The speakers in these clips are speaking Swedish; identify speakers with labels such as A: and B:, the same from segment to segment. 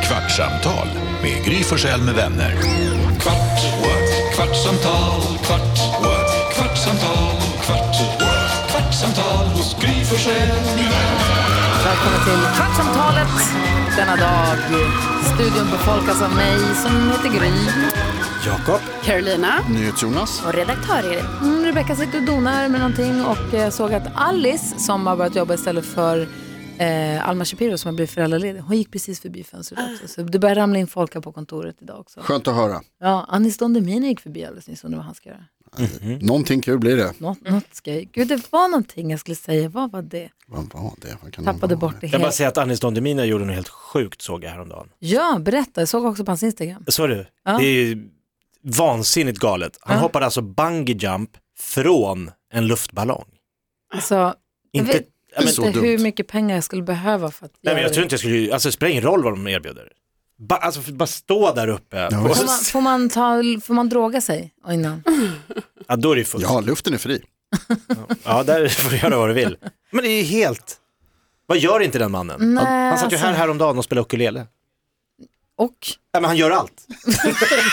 A: Kvartsamtal med Gry Forssell med vänner. Kvart, what? kvartsamtal, kvart, what? kvartsamtal, kvart, what? kvartsamtal hos Gry Forssell med vänner.
B: Välkomna till Kvartsamtalet denna dag. Studion befolkas av mig som heter Gry.
C: Jakob.
D: Carolina.
C: NyhetsJonas.
D: Och redaktör Erik.
B: Mm, Rebecka sitter och donar med någonting och eh, såg att Alice som har börjat jobba istället för eh, Alma Shapiro som har blivit föräldraledig, hon gick precis förbi fönstret
D: Ah.
B: också. Så det börjar ramla in folk här på kontoret idag också.
C: Skönt att höra.
B: Ja, Anis Don Demina gick förbi alldeles nyss, undrar vad han ska göra.
C: Någonting kul blir det.
B: Något,
D: Mm.
B: något ska jag... Gud, det var någonting jag skulle säga, vad var det?
C: Vad var det? Vad kan det
B: Tappade
C: vara?
B: bort det
E: Jag bara
B: helt.
E: säger att Anis Don Demina gjorde något helt sjukt såg jag häromdagen.
B: Ja, berätta, jag såg också på hans Instagram.
E: Så du?
B: Ja.
E: Det är ju vansinnigt galet. Han
B: Ja.
E: hoppade alltså bungee jump från en luftballong.
B: Alltså, Jag
E: Inte,
B: vet-
E: ja, men,
C: Så
B: inte hur
C: dumt.
B: mycket pengar jag skulle behöva för att
E: nej, men
B: göra
E: jag
B: det.
E: tror inte jag skulle, alltså det spelar ingen roll vad de erbjuder. Ba, alltså bara stå där uppe.
C: Ja,
E: och
B: Får
E: så,
B: man, får man, ta, får man droga sig innan?
E: ja, då är det ju fusk.
C: Ja, luften är fri.
E: Ja, där får du göra vad du vill. Men det är ju helt... Vad gör inte den mannen?
B: Nej,
E: han, han satt ju
B: alltså-
E: här häromdagen och spelade ukulele.
B: Och?
E: Ja, men han gör allt.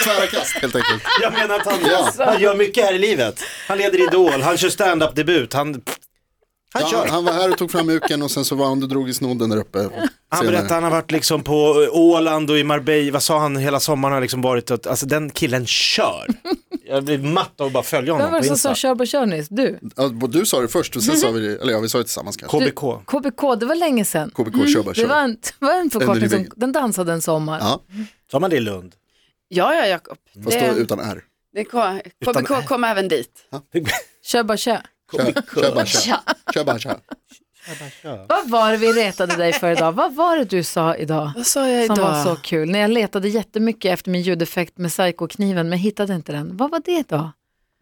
C: Tvära kast helt enkelt.
E: Jag menar att han,
C: Ja.
E: han gör mycket här i livet. Han leder Idol, han kör stand-up-debut, han, han
C: Ja,
E: kör.
C: han var här och tog fram uken och sen så var han och drog i snodden där uppe.
E: Han
C: Senare.
E: berättade att han har varit liksom på eh, Åland och i Marbella, vad sa han, hela sommaren har liksom varit, att, alltså den killen kör. Jag blir matt av att bara följa
B: Vem
E: honom
B: var
E: på
B: det som sa
E: Insta.
B: kör på kör nyss? Du?
C: eh, Ja, Du sa det först och sen sa vi det, eller ja, vi sa det tillsammans kanske.
E: KBK.
B: KBK, det var länge sedan.
C: KBK kör bara
B: Det var
C: kör.
B: en, det var en förkortning
C: Under
B: som
C: revy.
B: den dansade en sommar.
C: Ja,
E: Sa man det i Lund?
D: Ja, ja, Jakob.
C: fast
D: Det-
C: då utan R.
D: det är K-
E: Utan
D: KBK kom även dit.
B: Kör bara kör.
C: Kör, kör bara kör. Kör bara kör.
B: Vad var det vi retade dig för idag? Vad var det du sa idag?
D: Vad sa jag
B: Som var
D: idag?
B: så kul. När jag letade jättemycket efter min ljudeffekt med psykokniven men hittade inte den. Vad var det då?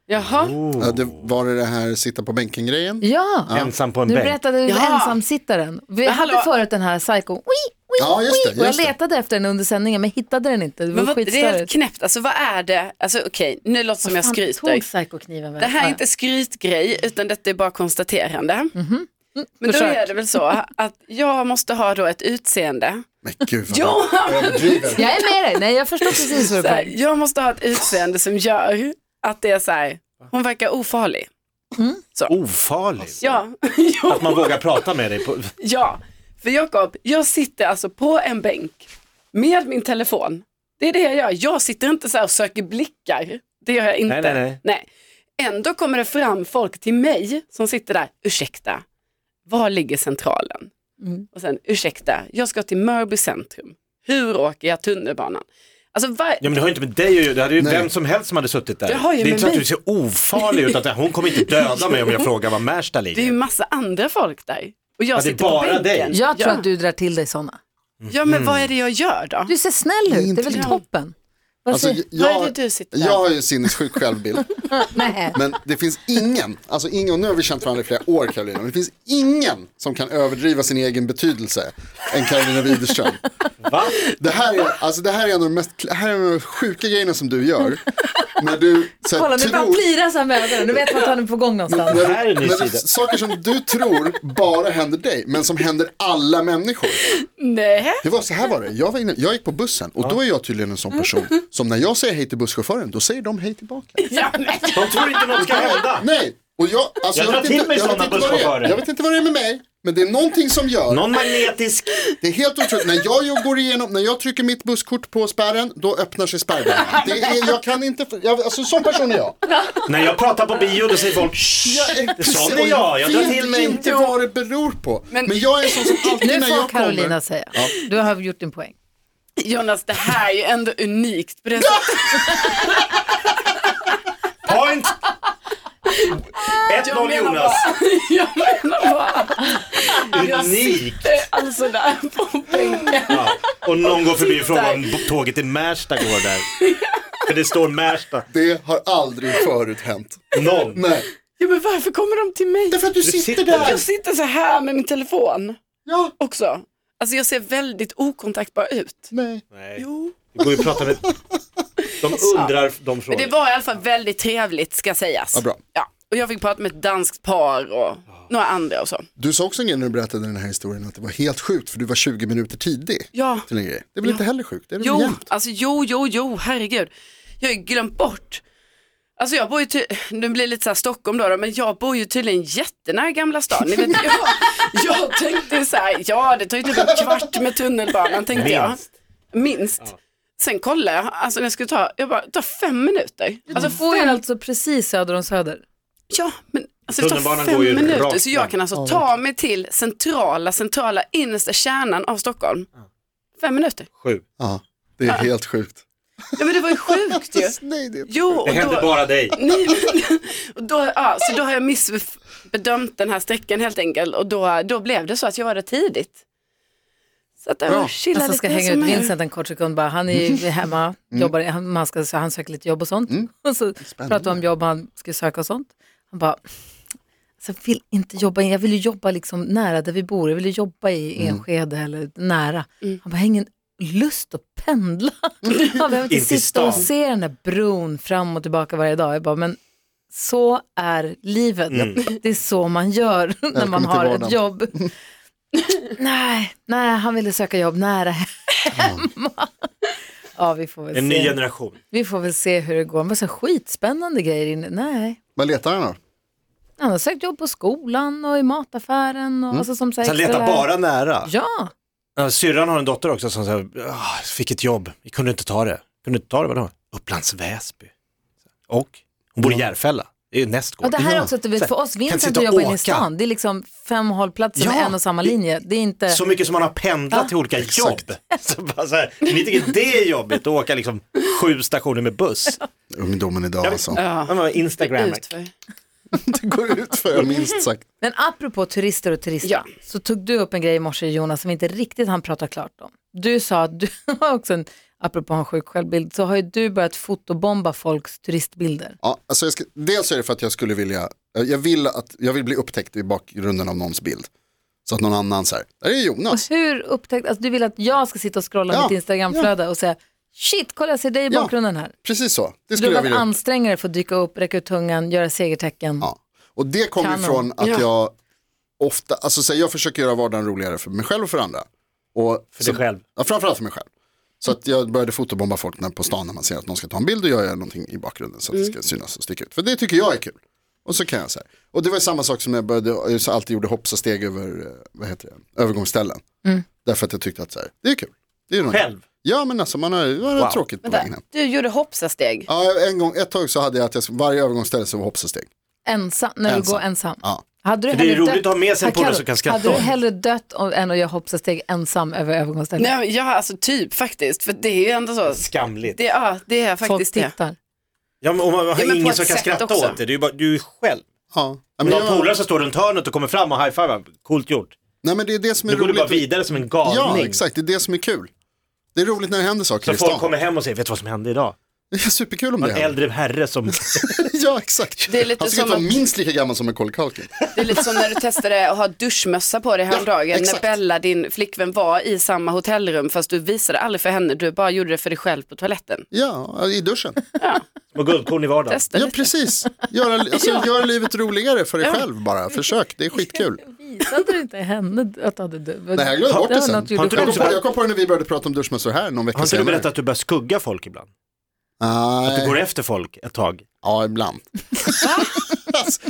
D: Jaha,
C: Ja, det var det det här sitta på bänken-grejen.
B: Ja,
E: Ensam på en
B: nu
E: bänk.
B: berättade du
D: Ja.
B: ensamsittaren. Vi
D: Men
B: hade
D: hallå.
B: förut den här psyko... Oi, oi,
C: Ja, just det,
B: oi. Och jag
C: just det.
B: letade efter den under sändningen men hittade den inte. Det var
D: men vad, det är helt
B: skitstörigt.
D: knäppt. Alltså vad är det? Alltså okej, nu låter det som jag
B: Fan,
D: skryter.
B: Tog psykokniven väl?
D: Det här
B: Ja,
D: är inte skrytgrej, utan detta är bara konstaterande. Mm, Men då
B: försök.
D: är det väl så att jag måste ha då ett utseende.
C: Men gud vad
D: Ja,
C: överdrivet.
B: Jag är med dig, nej jag förstår precis vad
D: så
B: du
D: här,
B: menar.
D: jag måste ha ett utseende som gör att det är så här, hon verkar ofarlig.
E: Ofarlig.
D: Ja, jo.
E: Att man vågar prata med dig. På...
D: Ja, för Jakob, jag sitter alltså på en bänk med min telefon. Det är det jag gör. Jag sitter inte så här och söker blickar. Det gör jag inte.
E: nej, nej.
D: Ändå kommer det fram folk till mig som sitter där. Ursäkta, var ligger centralen?
B: Mm.
D: Och sen, ursäkta, jag ska till Mörby centrum. Hur åker jag tunnelbanan? Alltså, var...
E: Ja men det har ju inte med dig att göra, det hade ju
C: Nej.
E: vem som helst som hade suttit där.
D: Det har ju
E: är
D: med
E: inte så att
D: mig.
E: du ser ofarlig ut, att hon kommer inte döda mig om jag frågar var Märsta ligger.
D: Det är ju massa andra folk där. Och jag
E: Ja, det är
D: sitter
E: bara
D: på bänken.
E: dig. Mm.
B: Jag tror
D: ja.
B: att du drar till dig sådana.
D: ja, men vad är det jag gör då?
B: Du ser snäll ut, det är väl
C: Ingenting.
B: toppen? Vad
C: Alltså,
B: säger-
D: Vad är
C: jag,
D: det du sitter
C: jag har ju sinnessjuk självbild.
B: Nej.
C: Men det finns ingen, alltså ingen, och nu har vi känt varandra i flera år Karolina, men det finns ingen som kan överdriva sin egen betydelse än Karolina Widerström.
E: Va?
C: Det här är, alltså det här är en av de mest, det här är en av de sjuka grejerna som du gör. När du så
B: Kolla
C: här,
B: nu bara
C: tror,
B: plirar så här med ögonen, nu vet man att han är på gång någonstans.
E: Det här är en ny
C: när du,
E: sida.
C: saker som du tror bara händer dig, men som händer alla människor.
D: Nej.
C: Det var så här var det, jag, var inne, jag gick på bussen och då är jag tydligen en sån person som när jag säger hej till busschauffören, då säger de hej tillbaka.
D: Ja, men...
E: De tror inte något ska hända.
C: Nej, och jag, alltså,
E: Jag drar
C: vet
E: till
C: inte,
E: mig
C: jag vet
E: sådana
C: inte vad det är.
E: busschaufförer.
C: Jag vet inte vad det är med mig, men det är någonting som gör.
E: Någon magnetisk
C: Det är helt otroligt. När jag ju går igenom, när jag trycker mitt busskort på spärren, då öppnar sig spärrbanan. Det är, jag kan inte, för- jag, alltså sån person är jag.
E: När jag pratar på bio då säger folk "Shh, det sa väl jag, jag drar
C: vet
E: till mig.
C: inte vad det beror på. Men, jag är en sån som alltid
B: Nu
C: när jag
B: får Carolina
C: kommer.
B: säga, du har gjort din poäng.
D: Jonas, det här är ju ändå unikt. På det sättet.
E: Point! 1-0
D: menar
E: Jonas.
D: Jag menar bara, jag
E: Unik.
D: sitter alltså där på bänken.
E: Ja. Och någon går förbi och
D: Tittar.
E: frågar om b- tåget till Märsta går där. För det står Märsta.
C: Det har aldrig förut hänt.
E: Någon.
C: Nej,
D: Ja, men varför kommer de till mig?
C: därför att du, sitter,
E: sitter
C: där.
D: Jag sitter så här med min telefon
C: Ja,
D: också. Alltså jag ser väldigt okontaktbar ut.
C: nej.
E: Nej.
D: Jo.
E: Det går ju att prata med... De undrar de
D: Men det
E: frågorna.
D: var i alla fall väldigt trevligt ska sägas.
C: Ja, bra.
D: Ja. Och jag fick prata med ett danskt par och några andra och så.
C: Du sa också en grej när du berättade den här historien att det var helt sjukt för du var 20 minuter tidig.
D: Ja.
C: Till en grej. Det är väl inte heller sjukt? Det är väl
D: Jo,
C: jämnt?
D: alltså jo, jo, jo, herregud. Jag har ju glömt bort. Alltså jag bor ju, ty- nu blir det lite så här Stockholm då, då, men jag bor ju tydligen jättenära Gamla stan. Ni vet, jag, jag tänkte så här, ja det tar ju typ en kvart med tunnelbanan tänkte jag.
E: Minst.
D: Minst. Sen kollade jag, alltså när jag skulle ta, jag bara, det tar fem minuter. Alltså
B: Du bor ju
D: fem-
B: alltså precis söder om Söder.
D: Ja, men alltså det tar
E: Tunnelbanan
D: fem
E: går ju
D: minuter
E: rakt
D: så
E: fram.
D: jag kan alltså ta mig till centrala, centrala innersta kärnan av Stockholm. Fem minuter.
E: Sju.
C: Ja, det är helt sjukt.
D: Ja men det var ju sjukt ju.
C: Nej, det är...
D: Jo,
E: Det
D: och
E: hände
D: då,
E: bara dig.
D: nej, men, och då, ja, så då har jag missbedömt den här sträckan helt enkelt och då, då blev det så att jag var där tidigt. Så att jag
C: Bra.
D: chillade
B: Alltså ska
D: lite
B: hänga
D: som
B: ut
D: jag-
B: Vincent en kort sekund bara. Han är ju hemma, jobbar, han, man ska, så han söker lite jobb och sånt. Och så pratar vi om jobb han ska söka och sånt. Han bara, alltså, jag vill inte jobba, in- jag vill ju jobba liksom nära där vi bor. Jag vill ju jobba i Enskede eller nära. Han bara, jag har ingen lust att pendla. Han behöver
E: In
B: inte
E: till
B: sitta och
E: stan.
B: se den där bron fram och tillbaka varje dag. Jag bara, men så är livet. Det är så man gör när man
C: till
B: har ett
C: vardagen.
B: jobb. nej, nej, han ville söka jobb nära hemma. Ja, vi får väl
E: En ny
B: se.
E: generation.
B: Vi får väl se hur det går. Men så skitspännande grejer inne. Nej,
C: Vad letar han då?
B: han har sökt jobb på skolan och i mataffären
E: Mm.
B: och alltså som så här
E: Så han letar
B: extra-
E: bara nära.
B: Ja,
E: Ja, Syrran har en dotter också som säger, "Ah, fick ett jobb, vi kunde inte ta det. Kunde inte ta det, vadå? Upplands Väsby. Och? Hon bor i Järfälla, det är ju
B: och
E: nästgård.
B: det här är
E: Ja.
B: också att du vet, för oss Vincent
E: sitta
B: att
E: och
B: jobba inne i
E: åka.
B: stan, det är liksom fem hållplatser med
E: Ja,
B: en och samma linje. Det är inte,
E: Så mycket som man har pendlat till olika
C: Exakt.
E: jobb. Så bara så här, ni tycker det är jobbigt att åka liksom sju stationer med buss.
C: Ungdomen idag alltså.
D: Ja,
E: Men vad, Instagram.
D: utför.
C: Det går ut för minst sagt.
B: men apropå turister och turister,
D: Ja.
B: så tog du upp en grej i morse Jonas som vi inte riktigt hann prata klart om. Du sa att du har också en, apropå en sjuk självbild, så har ju du börjat fotobomba folks turistbilder.
C: Ja, alltså jag ska, dels är det för att jag skulle vilja, jag vill, att, jag vill bli upptäckt i bakgrunden av någons bild. Så att någon annan säger, där är
B: Och
C: Jonas.
B: hur upptäckte, alltså du vill att jag ska sitta och scrolla
C: Ja,
B: mitt Instagramflöde och säga shit, kolla jag ser dig i
C: Ja.
B: bakgrunden här.
C: Precis så, det
B: Du
C: skulle
B: har
C: jag
B: varit
C: vilja.
B: ansträngare för att dyka upp, räcka ut tungan, göra segertecken.
C: Ja. Och det kommer
B: Kanon.
C: ifrån att
D: Ja.
C: jag ofta, alltså så här, jag försöker göra vardagen roligare för mig själv och för andra. Och
E: För dig själv.
C: Ja, framförallt för mig själv. Så att jag började fotobomba folk när, på stan när man ser att någon ska ta en bild och jag gör någonting i bakgrunden så att
D: Mm.
C: det ska synas och sticka ut. För det tycker jag är kul. Och så kan jag så här. Och det var ju samma sak som när jag började, jag så alltid gjorde hopps och steg över, eh, vad heter det, övergångsställen.
D: Mm.
C: Därför att jag tyckte att så här, det är kul. Det är något.
E: Själv?
C: Ja men alltså man har, man har
E: Wow.
C: tråkigt på vägen
D: Vänta,
C: hem.
D: Du gjorde hoppsasteg.
C: Ja, en gång, ett tag så hade jag att jag, varje övergångsställe så var hopps och steg.
B: Ensam, när du
C: Ensam.
B: går ensam.
C: Ja.
B: Hade du
E: För det är
B: hellre
E: roligt
B: dött-
E: att ha med sig en
B: Här,
E: polare
B: Karo,
E: som kan skratta
B: Hade du
E: åt en.
B: hellre dött om- än att göra hoppsasteg ensam över övergångsstället?
D: Nej, men ja, alltså typ faktiskt, för det är ju ändå så.
E: Skamligt.
D: Det, ja, det är
B: Folk
D: faktiskt det.
B: tittar.
E: Ja, men om man har
D: men på
E: ingen
D: ett
E: som kan
D: sätt
E: skratta
D: också.
E: åt det, det är ju bara, du är ju själv.
C: Ja. Ja,
E: Men
C: men
E: du har polare
C: jag,
E: som står runt hörnet och kommer fram och high-fivar, coolt gjort.
C: nej men det är det som är
E: Nu går du bara
C: roligt.
E: vidare som en
C: Ja
E: galning.
C: exakt, det är det som är kul. Det är roligt när det händer saker
E: Så
C: i stan.
E: folk kommer hem och säger, vet du vad som hände idag?
C: Det är superkul om
E: Det
C: det
E: var en
C: händer.
E: äldre herre som...
C: Ja, exakt.
D: Det är lite
C: han såg ut
D: som
C: att vara
D: att-
C: minst lika gammal som en Macaulay Culkin.
D: Det är lite som när du testade att ha duschmössa på dig häromdagen när
C: exakt.
D: Bella, din flickvän, var i samma hotellrum fast du visade aldrig för henne, du bara gjorde det för dig själv på toaletten.
C: Ja, i duschen.
E: Med guldkorn i vardagen.
D: Testa
C: Ja,
D: lite.
C: precis. Gör, alltså,
D: Ja.
C: gör livet roligare för dig själv bara. Försök, det är skitkul.
B: Visade du inte henne att du hade dött?
C: Nej, jag glömde bort det sen.
E: Har
C: Jag
E: inte
C: kom,
E: du
C: på, jag kom på det när vi började prata om duschmössor här någon
E: Har
C: vecka
E: inte du
C: senare.
E: berättat att du börjar skugga folk ibland? Att du
C: Nej,
E: går efter folk ett tag?
C: ja ibland.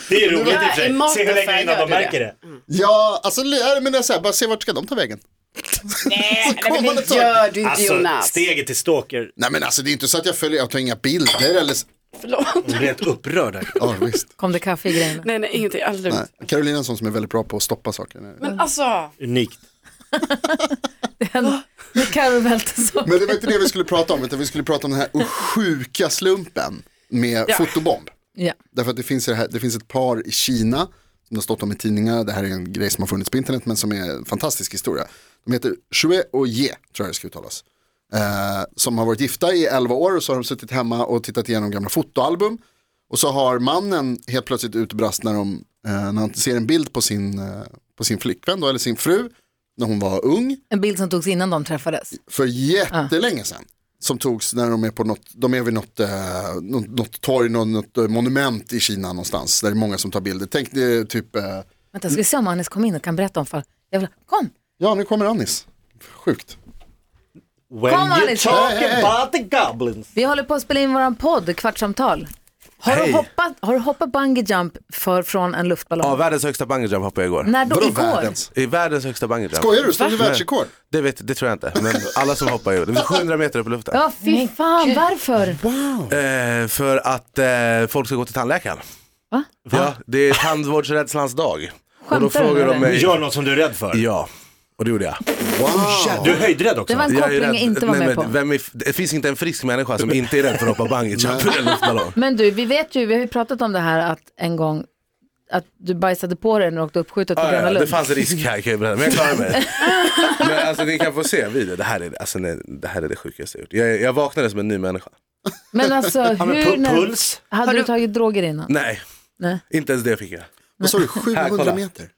E: Det är roligt i och för
D: Ja, i
E: sig.
D: mataffär
E: Se hur länge innan
D: gör
E: de
D: du det.
E: märker det.
C: Ja, alltså nej, men det är så här, bara se vart ska de ta vägen.
D: Nej,
C: kommer
D: men
C: det
D: det
C: ta-
D: gör du inte
E: Alltså,
D: Jonas.
E: steget till stalker.
C: Nej men alltså det är inte så att jag följer, jag tar inga bilder eller så.
D: Förlåt.
E: Jag blir helt upprörd. här.
C: Ja visst.
B: Kom det kaffe i grejerna?
D: Nej, nej, ingenting, aldrig.
C: Nej. Carolina är en sån som är väldigt bra på att stoppa saker. Men
D: Men alltså,
E: Unikt.
B: När Carro välte så.
C: det var inte det vi skulle prata om, utan vi skulle prata om den här sjuka slumpen med
D: Ja.
C: fotobomb.
B: Ja.
C: Därför att det finns, ju det, här, det finns ett par i Kina som det har stått om i tidningar. Det här är en grej som har funnits på internet men som är en fantastisk historia. De heter Shue och Ye, tror jag det ska uttalas. Eh, som har varit gifta i 11 år och så har de suttit hemma och tittat igenom gamla fotoalbum. Och så har mannen helt plötsligt utbrast när, de, eh, när han ser en bild på sin, eh, på sin flickvän då, eller sin fru när hon var ung
B: En bild som togs innan de träffades.
C: för jättelänge sedan. som togs när de är på något, de är vid något, eh, något, något torg, något, något eh, monument i Kina någonstans. Där det är många som tar bilder. Tänk dig typ, eh,
B: Vänta, ska vi se om Anis kom in och kan berätta om fall. Jag vill, kom!
C: ja nu kommer Anis. Sjukt.
E: When
B: Kom,
E: you
B: Alice.
E: talk
C: Hey, hey.
E: about the goblins.
B: Vi håller på att spela in våran podd, Kvartsamtal. Har,
F: Hej.
B: du hoppat, har du hoppat bungee jump för, från en luftballong?
F: Ja, världens högsta bungyjump hoppade jag igår.
B: När då?
C: Vadå
B: Igår?
C: världens?
F: I världens högsta bungyjump.
C: Skojar du? Stod det världsrekord?
F: Det, vet, det tror jag inte, men alla som hoppar gör det. Det är 700 meter upp i luften.
B: Ja, fy fan, varför?
F: Eh, för att eh, folk ska gå till tandläkaren.
B: Va?
F: Ja, det är tandvårdsrädslans dag. och då
B: Skämtar du
F: frågar
B: med
F: de
B: mig?
F: mig.
E: Gör något som du är rädd för.
F: Ja, och det gjorde jag.
C: Wow.
E: Du är höjdrädd också.
B: Det var en
F: jag är
B: koppling jag inte var
F: nej,
B: med
F: men
B: på.
F: vem är, det finns inte en frisk människa som inte är rädd för att hoppa bungyjump eller luftballong.
B: Men du, vi vet ju, vi har ju pratat om det här att en gång att du bajsade på dig när du åkte uppskjutet på
F: Ja,
B: Gröna
F: ja,
B: Lund.
F: det fanns en risk här kan jag berätta, men jag klarade mig. men alltså ni kan få se en video, det här är, alltså, nej, det, här är det sjukaste jag gjort. Jag, jag vaknade som en ny människa.
B: Men alltså,
E: men
B: hur,
E: pu-
B: när,
E: puls?
B: hade du tagit droger innan?
F: Nej,
B: Nej.
F: inte ens det fick jag.
C: Vad sa du,
F: Här,
C: 700
F: kolla.
C: meter?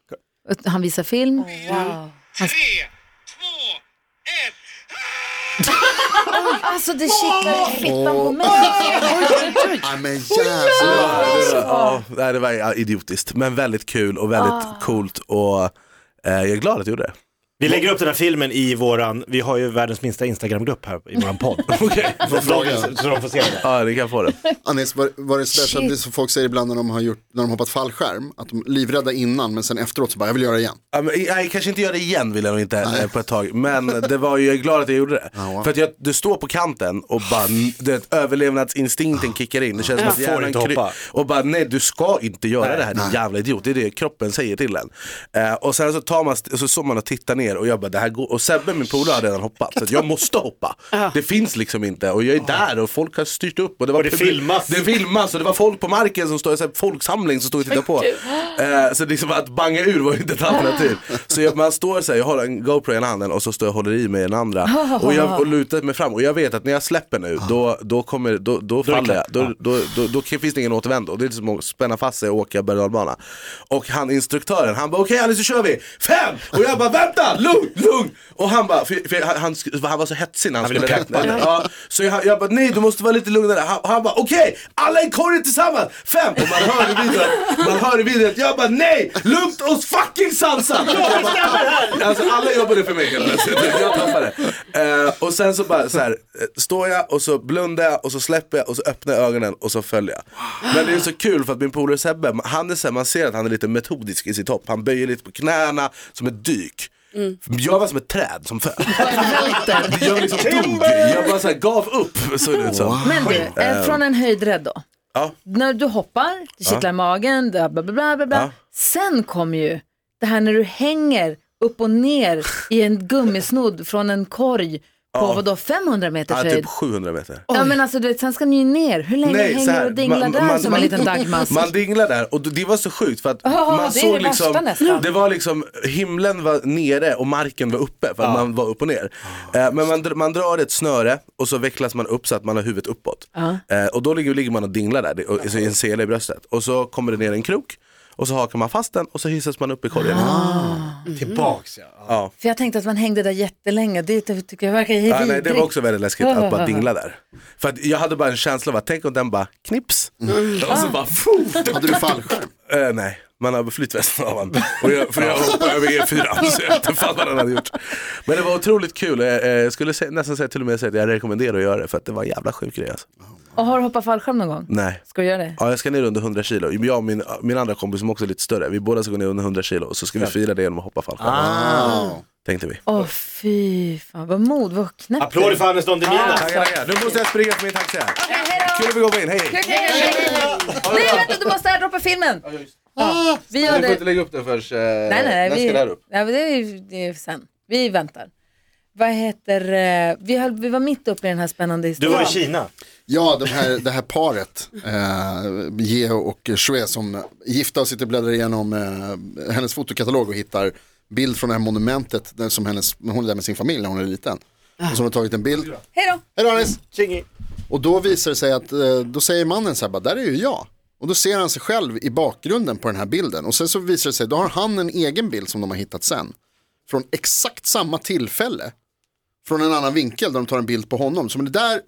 B: Han visar film. Alltså det kittlar i fittan på mig.
C: Nej men jävlar.
F: Ja, nej, det var ja, idiotiskt, men väldigt kul och väldigt coolt och eh, jag är glad att jag gjorde det.
E: Vi lägger upp den här filmen i våran, vi har ju världens minsta Instagramgrupp här i våran podd.
F: Okej,
E: de, så de får se det.
F: ja ni kan få det.
C: Anis, var, var det sådär som, det är som folk säger ibland när de har, gjort, när de hoppat fallskärm? Att de är livrädda innan men sen efteråt så bara, jag vill göra det igen.
F: Ja, men, eh, nej, kanske inte göra det igen vill jag nog inte eh, på ett tag. Men det var ju, jag är glad att jag gjorde det.
C: wow.
F: För att jag, du står på kanten och bara, du vet, överlevnadsinstinkten kickar in. Det känns som att
E: Ah. Får
F: hjärnan
E: inte
F: kry-
E: hoppa.
F: Och bara, nej du ska inte göra
E: Nej.
F: det här din jävla idiot. Det är det kroppen säger till en. Eh, och sen så tar man, st- så står man och tittar ner och jag bara, det här går. Och Sebbe min polare har redan hoppat. Så att jag måste hoppa. Det finns liksom inte. Och jag är där och folk har styrt upp. Och det, var
E: Och det
F: publik-
E: filmas.
F: Det filmas och det var folk på marken som stod, så här, folksamling som stod och tittade på. Eh, så liksom att banga ur var ju inte ett alternativ. Så jag, man står så här, jag har en GoPro i ena handen och så står jag och håller i mig i den andra. Och jag och lutar mig fram och jag vet att när jag släpper nu då, då, kommer, då, då faller jag.
E: klart.
F: Då, då, då, då, finns det ingen återvändo. Det är som att spänna fast sig och åka berg och dalbana. Och han instruktören, han bara okej Alice nu kör vi, fem! Och jag bara vänta, lugn, lugn! Och han bara, för, för han, han, sk- han var så hetsig när han,
E: ville
F: skulle
E: peppa
F: räkna. Ja, så jag, jag bara nej du måste vara lite lugnare. Han, han bara okej, alla i korgen tillsammans, fem! Och man hör i videon, man hör i videon att jag bara nej, lugnt och fucking sansat! Jag bara, Alltså alla jobbade för mig helt plötsligt, jag tappade. Eh, och sen så bara så här, eh, står jag och så blundar jag och så släpper jag och så öppnar jag ögonen och så följer jag. Men det är så kul för att min polare Sebbe, han är så här, man ser att han är lite metodisk i sitt hopp. Han böjer lite på knäna som ett dyk. Jag var som ett träd som föll. jag liksom dog. Jag bara så här, gav upp. Så det ut som.
B: Men du, eh, från en höjdrädd då.
F: Ja.
B: När du hoppar, det kittlar i magen, bla bla bla bla. bla.
F: Ja.
B: Sen kommer ju det här när du hänger upp och ner i en gummisnodd från en korg på vadå 500 meters
F: Ja,
B: höjd.
F: typ 700 meter.
B: Ja men alltså du vet, sen ska ni ju ner. Hur länge
F: Nej, så
B: hänger
F: här,
B: du och dinglar där som en liten dagmask?
F: Man dinglar där och det var så sjukt för att
B: Ja, det är
F: man såg
B: det värsta
F: liksom,
B: nästan.
F: det var liksom himlen var nere och marken var uppe för att man var upp och ner. Eh, Men man, dr- man drar ett snöre och så vecklas man upp så att man har huvudet uppåt. Eh, Och då ligger, ligger man och dinglar där, det- och- i en sele i bröstet. Och så kommer det ner en krok och så hakar man fast den och så hissas man upp i korgen.
B: Ah.
E: Tillbaks ja.
F: Ja.
B: För jag tänkte att man hängde där jättelänge. Det tycker jag verkar
F: Ja, Ah, nej,
B: vidrigt.
F: det var också väldigt läskigt att bara dingla där. För att jag hade bara en känsla av att tänk om den bara knips
B: Mm.
F: och så
B: Ah.
F: bara fuh,
C: Hade du fallskärm?
F: Eh, nej, man har flytvästen av honom. Och jag, för jag hoppade över E4, så jag vet inte fan vad han hade gjort. Men det var otroligt kul, Eh, eh, jag skulle sä- nästan säga till och med säga att jag rekommenderar att göra det, för att det var en jävla sjuk grej alltså.
B: Och har du hoppat fallskärm någon gång?
F: Nej.
B: Ska du göra det?
F: Ja, jag ska ner under 100 kilo. Jag och min, min andra kompis som också är lite större, vi båda ska gå ner under 100 kilo och så ska vi fira det genom att hoppa fallskärm. Ah.
C: Wow.
F: Tänkte vi.
B: Åh fy fan, vad mod, vad knäppt.
E: Applåder för Anders Don Demina.
F: Tackar, tackar. Nu måste jag springa för min taxi här. Kul att vi går in, hej!
B: Nej vänta, du måste airdroppa filmen! Ja,
F: Ah,
B: vi gör det.
F: lägga upp den förrän eh,
B: Nej, nej, vi, nej, men det, är, ju- det är sen. Vi väntar. Vad heter, eh, vi, höll, vi var mitt uppe i den här spännande
E: Du
B: historien.
E: var i Kina.
C: Ja, de här, det här paret, eh, Geo och Shue som är gifta och sitter och bläddrar igenom eh, hennes fotokatalog och hittar bild från det här monumentet där som hennes, hon är där med sin familj när hon är liten. Och som har tagit en bild.
B: Hej då!
C: Hej då Anis! Och då visar det sig att, eh, då säger mannen så här, bara, där är ju jag. Och då ser han sig själv i bakgrunden på den här bilden. Och sen så visar det sig, då har han en egen bild som de har hittat sen. Från exakt samma tillfälle. från en annan vinkel där de tar en bild på honom. Så men det där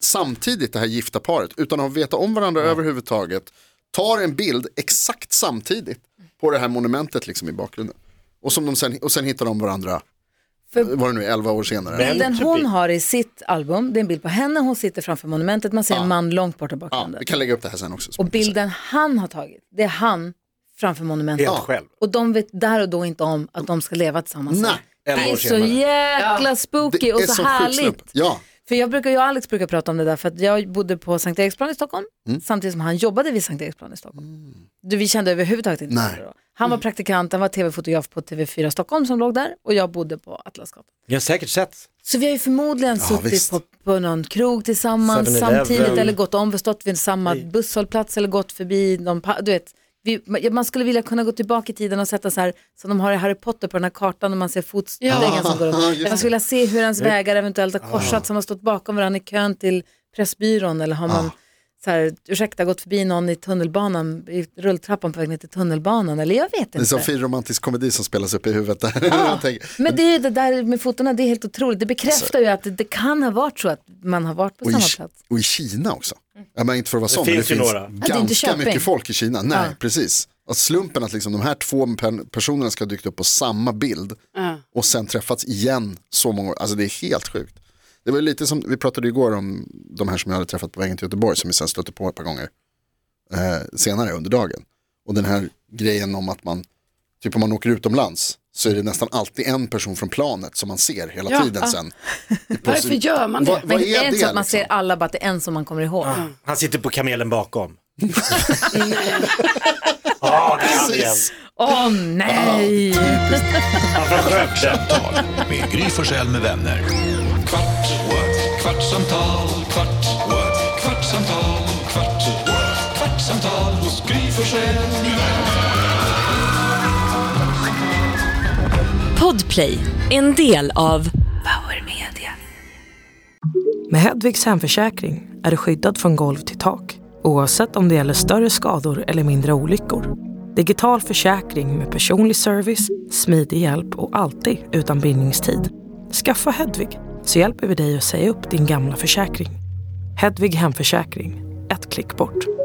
C: samtidigt det här gifta paret utan att veta om varandra överhuvudtaget tar en bild exakt samtidigt på det här monumentet liksom i bakgrunden. Och, som de sen, och sen hittar de varandra,
B: För-
C: vad det nu är, 11 år senare.
E: Men-
B: Bilden
E: Typ
B: hon
E: i-
B: har i sitt album, det är en bild på henne, hon sitter framför monumentet, man ser en man långt borta i
C: ja,
B: bakgrunden.
C: vi kan lägga upp det här sen också.
B: Och bilden han har tagit, det är han framför monumentet.
E: Helt själv.
B: Och de vet där och då inte om att de ska leva tillsammans.
C: Nej.
B: Det
E: Elva
B: är
E: år
B: så
E: senare.
B: jäkla
C: Det
B: spooky
C: är
B: och så,
C: så sjukt
B: härligt.
C: snabbt. Ja,
B: För jag, brukar, jag och Alex brukar prata om det där för att jag bodde på Sankt Eriksplan i Stockholm
C: Mm.
B: samtidigt som han jobbade vid Sankt Eriksplan i Stockholm. Du, vi kände överhuvudtaget inte
C: Nej.
B: varandra då. Han var praktikant, han var tv-fotograf på TV4 Stockholm som låg där och jag bodde på Atlasgatan.
E: Ni har säkert sett.
B: Så vi har ju förmodligen suttit
C: visst.
B: på, på någon krog tillsammans
E: 7-Eleven.
B: samtidigt eller gått om, vi har stått vid samma busshållplats eller gått förbi någon, pa- du vet. Vi, ma- man skulle vilja kunna gå tillbaka i tiden och sätta så här, som de har i Harry Potter på den här kartan när man ser fotstegen som går upp.
C: just
B: Man skulle vilja se hur ens vägar eventuellt har
C: Ah.
B: korsats, om man stått bakom varandra i kön till Pressbyrån eller har
C: Ah.
B: man så här, ursäkta, gått förbi någon i tunnelbanan, i rulltrappan på väg ner till tunnelbanan eller jag vet
C: det är en
B: inte.
C: sån fin romantisk komedi som spelas upp i huvudet där. Jag tänker,
B: Men det, är ju det där med fotona, det är helt otroligt. Det bekräftar ju att det, det kan ha varit så att man har varit på
C: och, i,
B: samma
C: Ki-
B: plats. Mm.
C: och i Kina också. Jag menar inte för att vara sån, men det
E: finns ju
C: finns
E: några.
B: är inte
C: ganska
B: Köping.
C: mycket folk i Kina. Nej,
B: Ja.
C: precis. Att slumpen att liksom de här två per- personerna ska ha dykt upp på samma bild
D: Ja.
C: och sen träffats igen så många år. Alltså det är helt sjukt. Det var ju lite som, vi pratade ju igår om de här som jag hade träffat på vägen till Göteborg som vi sen stötte på ett par gånger eh, senare under dagen. Och den här grejen om att man, typ om man åker utomlands så är det nästan alltid en person från planet som man ser hela
D: Ja,
C: tiden
D: ja.
C: sen.
D: Varför gör man det?
C: Vad-
B: Men
C: vad
B: det är inte så att man
C: liksom?
B: ser alla bara att det är en som man kommer ihåg.
E: Han sitter på kamelen bakom. Ja, det är han igen.
B: Åh nej!
E: Han från Skövde.
A: Kvartsamtal med Gry Forssell med vänner. Kvart, what? kvartsamtal, kvart, what? kvartsamtal, kvart, what? kvartsamtal hos Gry Forssell med vänner.
G: Podplay, en del av Power Media.
H: Med Hedvigs hemförsäkring är du skyddad från golv till tak oavsett om det gäller större skador eller mindre olyckor. Digital försäkring med personlig service, smidig hjälp och alltid utan bindningstid. Skaffa Hedvig så hjälper vi dig att säga upp din gamla försäkring. Hedvig hemförsäkring, ett klick bort.